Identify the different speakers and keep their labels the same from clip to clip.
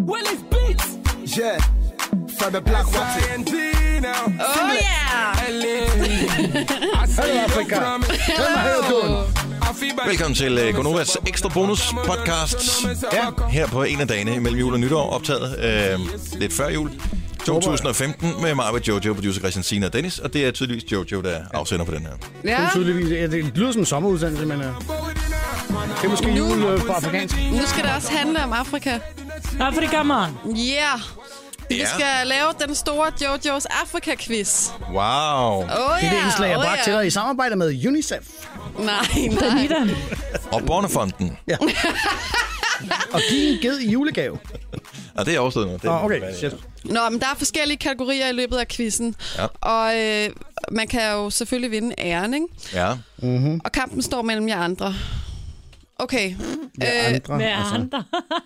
Speaker 1: Willis Beats.
Speaker 2: Yeah, for the black water.
Speaker 1: Oh yeah.
Speaker 2: Hello, Africa. Hvem er her, Dun?
Speaker 3: Velkommen til øh, Gonovas ekstra bonus podcast.
Speaker 2: Ja.
Speaker 3: Her på en af dagene mellem jul og nytår, optaget øh, lidt før jul. 2015 med mig, Jojo, producer Christian Sina og Dennis, og det er tydeligvis Jojo, der afsender på den her.
Speaker 4: Ja,
Speaker 5: Det er tydeligvis, ja, det lyder som en sommerudsendelse, men uh, det er måske
Speaker 4: Nu-
Speaker 5: jul øh, på afrikansk.
Speaker 4: nu skal det også handle om Afrika.
Speaker 1: Afrika, man.
Speaker 4: Ja. Yeah. Vi
Speaker 3: Ja.
Speaker 4: skal lave den store JoJo's Afrika-quiz.
Speaker 3: Wow!
Speaker 4: Oh,
Speaker 5: Det er det indslag, jeg bragte til dig i samarbejde med UNICEF.
Speaker 4: Nej, nej.
Speaker 1: Danita.
Speaker 3: Og Bornefonden.
Speaker 5: Og give en ged i julegave.
Speaker 3: Og det er overstået nu. Det er-
Speaker 5: Nå, Ah, okay.
Speaker 3: hvad er det?
Speaker 5: Shit.
Speaker 4: Nå, men der er forskellige kategorier i løbet af quizzen.
Speaker 3: Ja.
Speaker 4: Og øh, man kan jo selvfølgelig vinde æren, ikke?
Speaker 3: Ja.
Speaker 4: Og kampen står mellem jer andre. Okay.
Speaker 5: Ja, andre. altså.
Speaker 1: Med andre.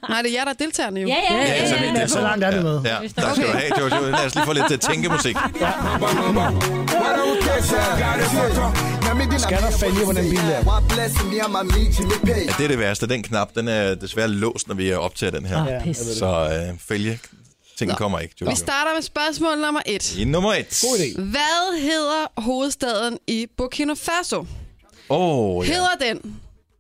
Speaker 4: Nej, det er jer, der er deltagerne jo.
Speaker 1: Ja, ja, ja.
Speaker 3: Ja, så det- det-
Speaker 5: Så langt er det med.
Speaker 3: Ja, tak skal du have, Jojo. Lad os lige få lidt øh, tænkemusik.
Speaker 5: Skal der fælge, hvordan bilen er?
Speaker 3: Ja, det er det værste. Den knap, den er desværre låst, når vi øh, optager den her.
Speaker 1: Ah, pis.
Speaker 3: Så øh, følge. Tingene kommer ikke, Jojo.
Speaker 4: Vi starter med spørgsmål nummer et.
Speaker 3: I nummer et.
Speaker 5: God idé.
Speaker 4: Hvad hedder hovedstaden i Burkina Faso?
Speaker 3: Åh, oh, ja.
Speaker 4: Hedder den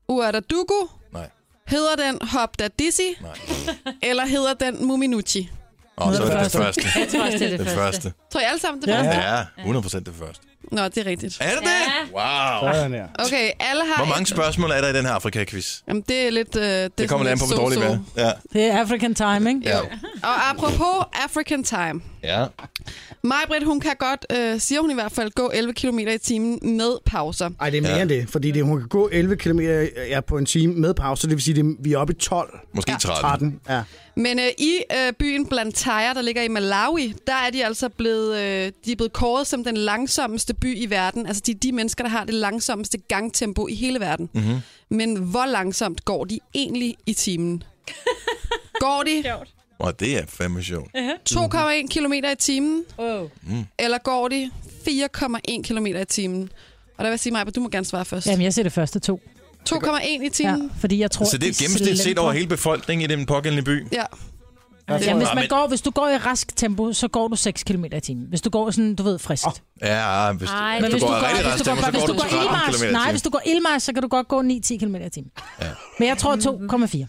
Speaker 4: Ouagadougou?
Speaker 3: Nej.
Speaker 4: Hedder den Hopdadisi?
Speaker 3: Nej.
Speaker 4: Eller hedder den Muminuchi?
Speaker 3: Åh, så er det den
Speaker 1: første.
Speaker 3: første.
Speaker 1: Jeg tror også, det er
Speaker 3: Den
Speaker 1: det første.
Speaker 3: første.
Speaker 4: Tror I alle sammen det ja. første?
Speaker 3: Ja, 100% det første.
Speaker 4: Nå, det er rigtigt.
Speaker 3: Er det det?
Speaker 1: Ja.
Speaker 3: Wow.
Speaker 5: Sådan her.
Speaker 4: Okay, alle har...
Speaker 3: Hvor mange spørgsmål er der i den her Afrika-quiz?
Speaker 4: Jamen, det er lidt... Øh, det,
Speaker 3: Det kommer lidt an på, hvor dårligt det er. Ja.
Speaker 1: Det er African timing.
Speaker 3: Ja.
Speaker 4: Og apropos African Time.
Speaker 3: ja.
Speaker 4: Majbrit, hun kan godt, øh, siger hun i hvert fald, gå 11 km i timen med pauser.
Speaker 5: Ej, det er mere
Speaker 3: Ja.
Speaker 5: end det, fordi det, hun kan gå 11 km ja, på en time med pause, det vil sige, at vi er oppe i 12.
Speaker 3: Måske 13.
Speaker 5: 13, ja.
Speaker 4: Men øh, i øh, byen Blantyre, der ligger i Malawi, der er de altså blevet, øh, de er blevet kåret som den langsommeste by i verden. Altså, de er de mennesker, der har det langsommeste gangtempo i hele verden. Mm-hmm. Men hvor langsomt går de egentlig i timen? Går de
Speaker 3: Og det er fandme sjovt.
Speaker 4: 2,1 km i timen,
Speaker 1: Wow.
Speaker 4: eller går de 4,1 km i timen? Og der vil jeg sige, Maja, du må gerne svare først.
Speaker 1: Jamen, jeg ser det første to.
Speaker 4: 2,1 i
Speaker 1: Ja,
Speaker 4: timen?
Speaker 1: fordi jeg tror,
Speaker 3: Så det er et
Speaker 1: de
Speaker 3: gennemsnit set
Speaker 1: slendrer.
Speaker 3: over hele befolkningen i den pågældende by?
Speaker 4: Ja.
Speaker 1: Ja, hvis,
Speaker 3: Ja, men-
Speaker 1: man går, hvis du går i rask tempo, så går du 6 km i timen. Hvis du går sådan, du ved, frisk. Oh,
Speaker 3: Ja, hvis,
Speaker 1: Ej,
Speaker 3: hvis, du går rigtig
Speaker 1: hvis
Speaker 3: rest,
Speaker 1: du går,
Speaker 3: så
Speaker 1: hvis
Speaker 3: går
Speaker 1: du
Speaker 3: du
Speaker 1: går
Speaker 3: 13
Speaker 1: ilmars,
Speaker 3: km
Speaker 1: nej, hvis du går ilmars, så kan du godt gå 9-10 km i timen. Ja. Men jeg tror 2,4.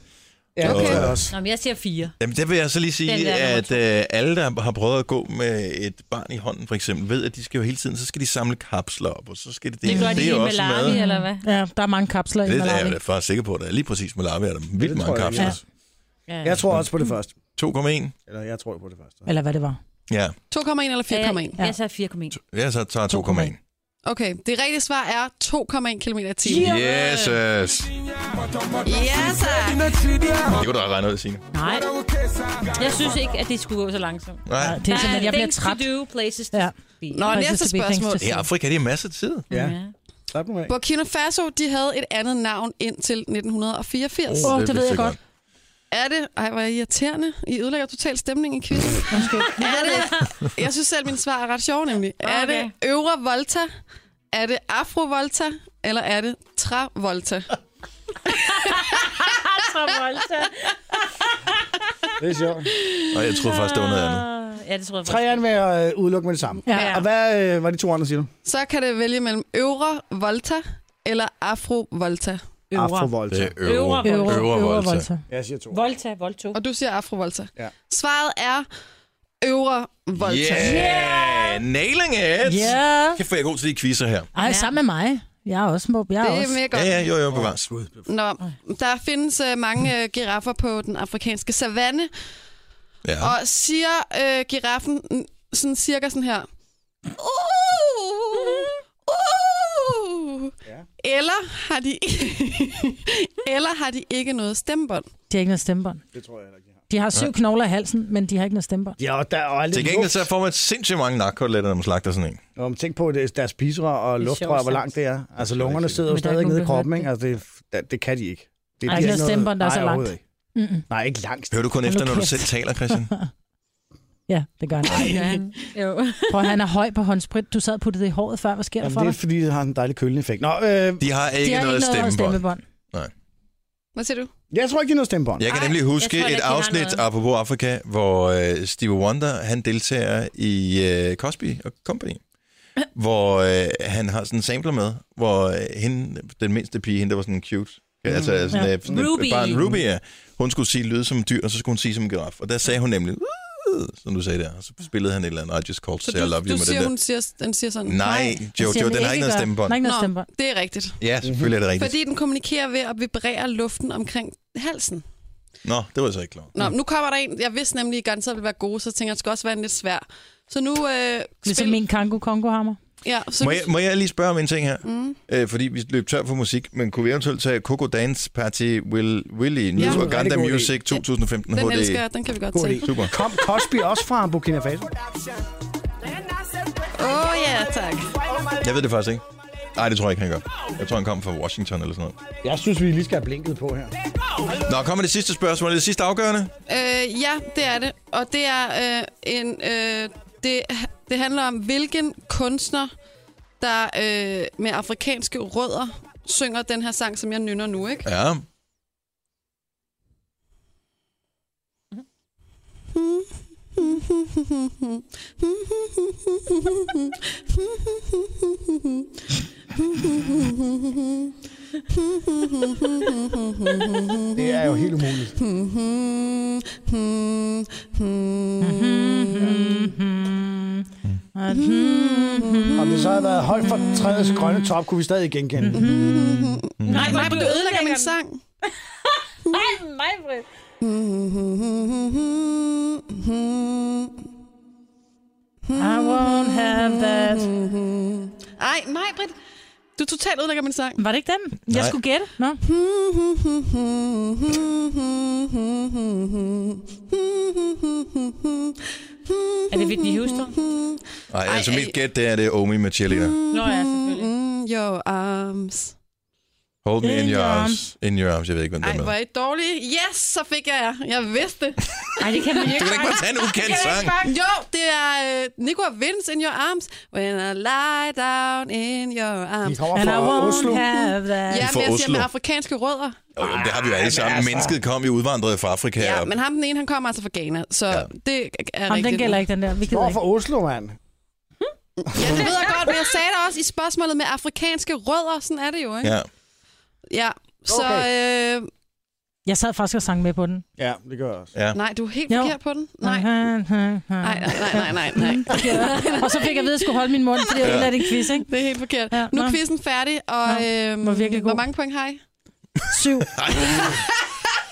Speaker 5: Ja,
Speaker 3: Okay.
Speaker 5: okay. det er også.
Speaker 6: Nå, men jeg siger fire.
Speaker 3: Jamen, der vil jeg så lige
Speaker 6: Den
Speaker 3: sige,
Speaker 6: der nummer
Speaker 3: at øh, alle, der har prøvet at gå med et barn i hånden, for eksempel, ved, at de skal jo hele tiden, så skal de samle kapsler op, og så skal de dele.
Speaker 6: Det gør de
Speaker 3: er
Speaker 6: i
Speaker 3: også
Speaker 6: Malawi,
Speaker 3: med.
Speaker 6: eller hvad?
Speaker 1: Ja, der er mange kapsler i
Speaker 3: Det er jeg
Speaker 1: Malawi.
Speaker 3: da faktisk sikker på, at der er lige præcis Malawi er der
Speaker 5: Det
Speaker 3: vildt mange
Speaker 5: tror jeg,
Speaker 3: kapsler.
Speaker 6: Ja.
Speaker 5: Jeg tror også på det første.
Speaker 3: Ja. 2,1.
Speaker 5: Eller jeg tror på det første.
Speaker 1: Eller hvad det var.
Speaker 3: Ja,
Speaker 4: 2,1 eller 4,1?
Speaker 6: Jeg sagde 4,1.
Speaker 3: jeg så tager 2,1.
Speaker 4: Okay, det rigtige svar er 2,1 km i timen.
Speaker 3: Yes, yes.
Speaker 4: Ja, tak.
Speaker 3: Det kunne du have regnet ud, Signe.
Speaker 6: Nej. Jeg synes ikke, at det skulle gå så langsomt.
Speaker 3: Nej.
Speaker 1: Det er simpelthen, jeg bliver træt.
Speaker 6: Things to do, places to
Speaker 1: Ja.
Speaker 6: be.
Speaker 4: Nå,
Speaker 1: Places
Speaker 4: næste
Speaker 1: to be, things to
Speaker 4: spørgsmål.
Speaker 1: see.
Speaker 3: I Afrika, det er masser af tid.
Speaker 5: Ja,
Speaker 6: Ja.
Speaker 5: slap nu af.
Speaker 4: Burkina Faso, de havde et andet navn indtil 1984.
Speaker 1: Åh,
Speaker 4: Oh.
Speaker 1: oh,
Speaker 3: det
Speaker 1: det ved
Speaker 3: vidste
Speaker 1: jeg
Speaker 3: jeg
Speaker 1: godt.
Speaker 4: Er det... Ej, hvor er I irriterende. I ødelægger totalt stemningen i quizzen. er det... Jeg synes selv, min svar er ret sjov, nemlig. Okay. Er
Speaker 6: Okay.
Speaker 4: det Øvre Volta? Er det Afro Volta? Eller er det Travolta?
Speaker 5: Det er sjovt.
Speaker 3: Og jeg troede faktisk, det var noget andet.
Speaker 6: Ja, det tror jeg faktisk.
Speaker 5: Træerne vil jeg øh, udelukke med det samme.
Speaker 1: Ja.
Speaker 5: Og hvad øh, var de to andre, siger du?
Speaker 4: Så kan det vælge mellem Øvre Volta eller Afro Volta.
Speaker 5: Afrovolta.
Speaker 3: Det er øvre.
Speaker 6: Øvre Volta.
Speaker 3: Øvre
Speaker 1: Øvre
Speaker 3: Volta.
Speaker 1: Volta.
Speaker 5: Jeg siger to.
Speaker 6: Volta, Volto.
Speaker 4: Og du siger Afro Volta.
Speaker 5: Ja.
Speaker 4: Svaret er Øvre Volta.
Speaker 3: Yeah! Nailing it!
Speaker 1: Ja.
Speaker 3: Kæft, hvor er jeg god til de quizzer her.
Speaker 1: Ej, sammen med mig. Jeg er også mob. Jeg er
Speaker 4: Det er
Speaker 1: også.
Speaker 4: mega godt.
Speaker 3: Ja, ja, jo, jo, bevares.
Speaker 4: Nå, der findes øh, mange øh, giraffer på den afrikanske savanne,
Speaker 3: Ja.
Speaker 4: og siger øh, giraffen mm, sådan cirka sådan her. Uh, uh,
Speaker 5: Ja.
Speaker 4: eller har de eller har de ikke noget stemmebånd?
Speaker 1: De har ikke noget stemmebånd.
Speaker 5: Det tror jeg heller ikke, de har.
Speaker 1: De har syv knogler i halsen, men de har ikke noget stemmebånd.
Speaker 5: Ja, og der er jo aldrig
Speaker 3: Til gengæld
Speaker 5: luft.
Speaker 3: så får man sindssygt mange narkoteletter, når man slagter sådan en.
Speaker 5: Nå, men tænk på det, deres spiserør og luftrør,
Speaker 6: sjovt,
Speaker 5: hvor langt det er. Altså, lungerne sidder jo
Speaker 1: Men der er
Speaker 5: stadig
Speaker 1: ikke
Speaker 5: nede i
Speaker 1: nogen, der
Speaker 5: kroppen,
Speaker 1: har
Speaker 5: ikke? Altså, det, det, det kan de ikke. Det
Speaker 1: Ej,
Speaker 5: bliver
Speaker 1: der stemmer den, der
Speaker 5: nej,
Speaker 1: er så langt.
Speaker 5: overhovedet ikke.
Speaker 1: Mm-mm.
Speaker 5: Nej, ikke langt.
Speaker 3: Hører du kun
Speaker 1: Hold
Speaker 3: efter,
Speaker 1: nu
Speaker 3: når du
Speaker 1: kæft.
Speaker 3: selv taler, Christian?
Speaker 1: Ja, det gør han.
Speaker 6: Ja, jo.
Speaker 1: Prøv, han er høj på håndsprit. Du sad og puttede det i håret før. Hvad sker der
Speaker 5: Jamen,
Speaker 1: for
Speaker 5: det
Speaker 1: dig?
Speaker 5: er, fordi det har en dejlig kølende effekt. Nå, øh,
Speaker 3: De har ikke
Speaker 1: de har
Speaker 3: noget
Speaker 1: ikke noget
Speaker 3: stemmebånd.
Speaker 1: stemmebånd.
Speaker 4: Hvad siger du?
Speaker 5: Jeg tror ikke, det er noget stemmebånd.
Speaker 3: Jeg kan
Speaker 6: Ej,
Speaker 3: nemlig
Speaker 6: jeg
Speaker 3: huske
Speaker 6: tror da
Speaker 3: et
Speaker 6: ikke, de har
Speaker 3: afsnit,
Speaker 6: noget.
Speaker 3: apropos Afrika, hvor øh, Stevie Wonder, han deltager i øh, Cosby og Company, hvor øh, han har sådan en sampler med, hvor øh, hende, den mindste pige, hende der var sådan cute, mm. altså sådan, ja. sådan
Speaker 6: Ruby.
Speaker 3: Ruby. barn, Ruby, ja, hun skulle sige lyde som et dyr, og så skulle hun sige som en giraf, og der sagde hun nemlig, "Uh," som du sagde der, og så spillede han et eller andet, I just called to
Speaker 4: Så
Speaker 3: say I love
Speaker 4: du, du
Speaker 3: you med den
Speaker 4: siger,
Speaker 3: der.
Speaker 4: hun siger, den siger sådan.
Speaker 3: Nej, jo, jo, den har ikke noget
Speaker 1: Den
Speaker 3: stemmebånd.
Speaker 1: har ikke noget
Speaker 4: Nå,
Speaker 1: stemmebånd.
Speaker 4: det er rigtigt.
Speaker 3: Ja, selvfølgelig er det rigtigt.
Speaker 4: Fordi den kommunikerer ved at vibrere luften omkring halsen.
Speaker 3: Nå, det var jeg så ikke klar.
Speaker 4: Nå, nu kommer der en. Jeg vidste nemlig, at I garanteret ville være gode, så tænker jeg, at det skal også være en lidt svær. Så nu... Øh,
Speaker 1: Ligesom min Kango Kongo hammer.
Speaker 4: Ja, så
Speaker 3: Må jeg, må jeg lige spørge om en ting her? Mm. Øh, fordi vi løb tør for musik, men kunne vi eventuelt tage Coco Dance Party Will Willy New
Speaker 4: Ja.
Speaker 3: ja,
Speaker 4: Det er
Speaker 5: en rigtig
Speaker 3: Uganda
Speaker 5: god idé.
Speaker 3: Music 2015
Speaker 4: den
Speaker 3: HD?
Speaker 4: elsker jeg, den kan vi godt
Speaker 5: God
Speaker 4: tage.
Speaker 5: idé.
Speaker 3: Super.
Speaker 5: Kom Cosby også fra Burkina Faso.
Speaker 4: Åh oh, ja, tak.
Speaker 3: Jeg ved det faktisk ikke. Nej, det tror jeg ikke, han gør. Jeg tror, han kom fra Washington eller sådan noget.
Speaker 5: Jeg synes, vi lige skal have blinket på her.
Speaker 3: Nå, kommer det sidste spørgsmål. Er det sidste afgørende?
Speaker 4: Øh, ja, det er det. Og det er øh, en... Øh, det, det handler om, hvilken kunstner, der øh, med afrikanske rødder synger den her sang, som jeg nynner nu, ikke?
Speaker 3: Ja.
Speaker 5: Det er jo helt umuligt.
Speaker 1: Mm.
Speaker 5: Om det så havde været højt for træets grønne top, kunne vi stadig genkende den.
Speaker 1: Mm-hmm.
Speaker 6: Nej,
Speaker 4: Nej, men du ødelægger min sang.
Speaker 6: Nej, mig, Britt.
Speaker 1: I won't have that.
Speaker 4: Ej, nej, Britt. Du totalt ødelægger min sang.
Speaker 1: Mm. Var det ikke den? Jeg
Speaker 3: Nej.
Speaker 1: skulle gætte. Mm. Nå.
Speaker 6: Er det Whitney Houston?
Speaker 3: Nej, altså
Speaker 4: ej.
Speaker 3: mit gæt, det er det er Omi med cheerleader.
Speaker 6: Nå ja, selvfølgelig.
Speaker 4: Mm, Your arms.
Speaker 3: Hold me in
Speaker 1: In
Speaker 3: your
Speaker 1: your
Speaker 3: arms. In your arms. Jeg ved ikke, hvad
Speaker 4: Ej,
Speaker 3: det er
Speaker 4: hvor
Speaker 3: med.
Speaker 4: er I dårlige. Yes, så fik jeg jer. Jeg vidste det.
Speaker 6: Nej, det kan man jo
Speaker 3: Du
Speaker 6: ikke.
Speaker 3: kan da ikke bare tage en ukendt sang.
Speaker 4: Jo, det er øh, Nico og Vince in your arms. When I lie down in your
Speaker 5: De
Speaker 4: arms.
Speaker 5: kommer
Speaker 1: And I
Speaker 5: fra Oslo.
Speaker 1: won't have that.
Speaker 4: Ja,
Speaker 3: De får
Speaker 4: men jeg siger
Speaker 3: Oslo.
Speaker 4: med afrikanske rødder.
Speaker 3: Oh, det har vi jo alle sammen. Mennesket kom jo udvandret fra Afrika.
Speaker 4: Ja,
Speaker 3: og-
Speaker 4: men ham den ene, han kommer altså fra Ghana, så
Speaker 3: Ja.
Speaker 4: ja. det er
Speaker 1: Jamen,
Speaker 4: rigtigt.
Speaker 1: den gælder ikke, den der. Vi gider
Speaker 5: Hvor
Speaker 1: ikke.
Speaker 5: fra Oslo, mand?
Speaker 4: Ja, det ved jeg godt, men jeg sagde det også i spørgsmålet med afrikanske rødder. Sådan er det jo, ikke?
Speaker 3: Ja.
Speaker 4: ja. Så øh,
Speaker 1: Jeg sad faktisk og sang med på den.
Speaker 5: Ja, det gør jeg også.
Speaker 3: ja.
Speaker 4: nej, du er helt
Speaker 1: Jo.
Speaker 4: forkert på den. Nej, nej, nej, nej, nej, nej.
Speaker 1: og så fik jeg at vide, at jeg skulle holde min mund, fordi jeg ødelagde din quiz, ikke?
Speaker 4: Det er helt forkert.
Speaker 1: Ja,
Speaker 4: nu
Speaker 1: nå.
Speaker 4: er quizzen færdig, og
Speaker 1: Nå,
Speaker 4: øhm,
Speaker 1: var virkelig god.
Speaker 4: hvor mange point har I?
Speaker 1: Syv.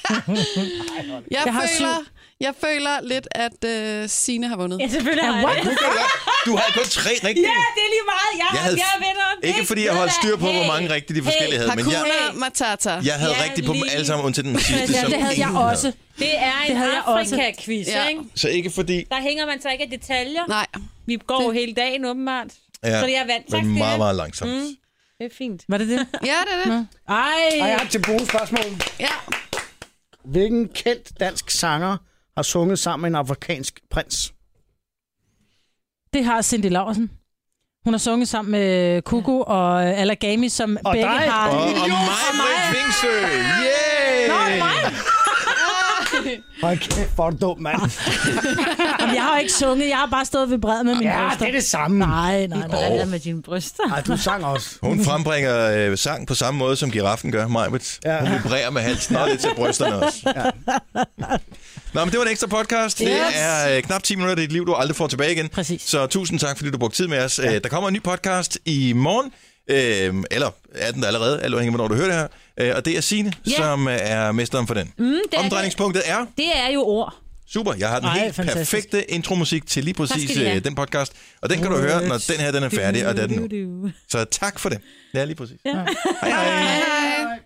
Speaker 4: Jeg,
Speaker 1: Jeg har
Speaker 4: føler, jeg føler lidt, at øh, Sine har vundet.
Speaker 6: Ja, selvfølgelig har jeg det.
Speaker 3: Du, kan da- du har kun tre rigtige.
Speaker 6: Ja, det er lige meget. Jeg,
Speaker 3: Jeg havde-
Speaker 6: jeg er vinderen.
Speaker 3: Ikke fordi jeg holdt styr på, hvor mange rigtige de forskellige havde, men jeg,
Speaker 4: Hakuna Matata.
Speaker 3: jeg havde
Speaker 6: Ja,
Speaker 3: rigtigt på dem
Speaker 6: lige.
Speaker 3: alle sammen, undtil den sidste,
Speaker 1: Ja,
Speaker 3: som
Speaker 1: det havde jeg
Speaker 3: ingen havde.
Speaker 1: også.
Speaker 6: Det er en
Speaker 1: Det havde jeg også.
Speaker 6: Afrika-quiz,
Speaker 4: Ja.
Speaker 6: ikke?
Speaker 3: Så ikke fordi...
Speaker 6: Der hænger man sig ikke af detaljer.
Speaker 4: Nej,
Speaker 6: Vi går det. hele dagen, åbenbart.
Speaker 3: Ja,
Speaker 6: Så det er vant. Tak,
Speaker 3: men meget,
Speaker 6: Stine.
Speaker 3: meget langsomt. Mm.
Speaker 6: Det er fint.
Speaker 1: Var det det?
Speaker 4: ja, det er det.
Speaker 1: Ej.
Speaker 5: Og jeg har til gode spørgsmål.
Speaker 4: Ja.
Speaker 5: Hvilken kendt dansk sanger har sunget sammen med en afrikansk prins?
Speaker 1: Det har Cindy Laursen. Hun har sunget sammen med Kuku og øh, Alagami, som
Speaker 5: Og
Speaker 1: begge
Speaker 5: dig.
Speaker 1: har...
Speaker 3: Og, og
Speaker 1: Jo,
Speaker 3: mig,
Speaker 1: og
Speaker 3: Britt Vingsø! Yeah!
Speaker 5: Hold kæft, hvor er du dum, mand.
Speaker 1: Jamen, jeg har ikke sunget, jeg har bare stået ved bred med min Ah.
Speaker 5: Ja, det er det samme.
Speaker 1: Nej, nej, nej.
Speaker 6: Hvad er med dine bryster?
Speaker 5: Ej, du sang også.
Speaker 3: Hun frembringer øh, sang på samme måde, som giraffen gør, Majbet.
Speaker 5: Ja.
Speaker 3: Hun vibrerer med halsen og lidt til brysterne også. Nå, men det var en ekstra podcast. Det
Speaker 1: Yes.
Speaker 3: er øh, knap 10 minutter af dit liv, du aldrig får tilbage igen.
Speaker 1: Præcis.
Speaker 3: Så tusind tak, fordi du brugte tid med os. Ja. Der kommer en ny podcast i morgen. Øh, eller er den der allerede, alt afhængig af, hvornår du hører det her. Øh, og det er Signe,
Speaker 6: Ja.
Speaker 3: som øh, er mesteren for den. Mm,
Speaker 6: det er
Speaker 3: Omdrejningspunktet er...
Speaker 6: Det er jo ord.
Speaker 3: Super, jeg har den
Speaker 1: Ej,
Speaker 3: helt
Speaker 1: fantastisk.
Speaker 3: perfekte intromusik til lige
Speaker 6: Tak
Speaker 3: præcis
Speaker 6: skal de have.
Speaker 3: øh, den podcast. Og den kan du høre, når den her den er færdig, og det er den nu.
Speaker 6: Du, du, du.
Speaker 3: Så tak for det. Ja, lige præcis. Hej hej.
Speaker 5: Hej.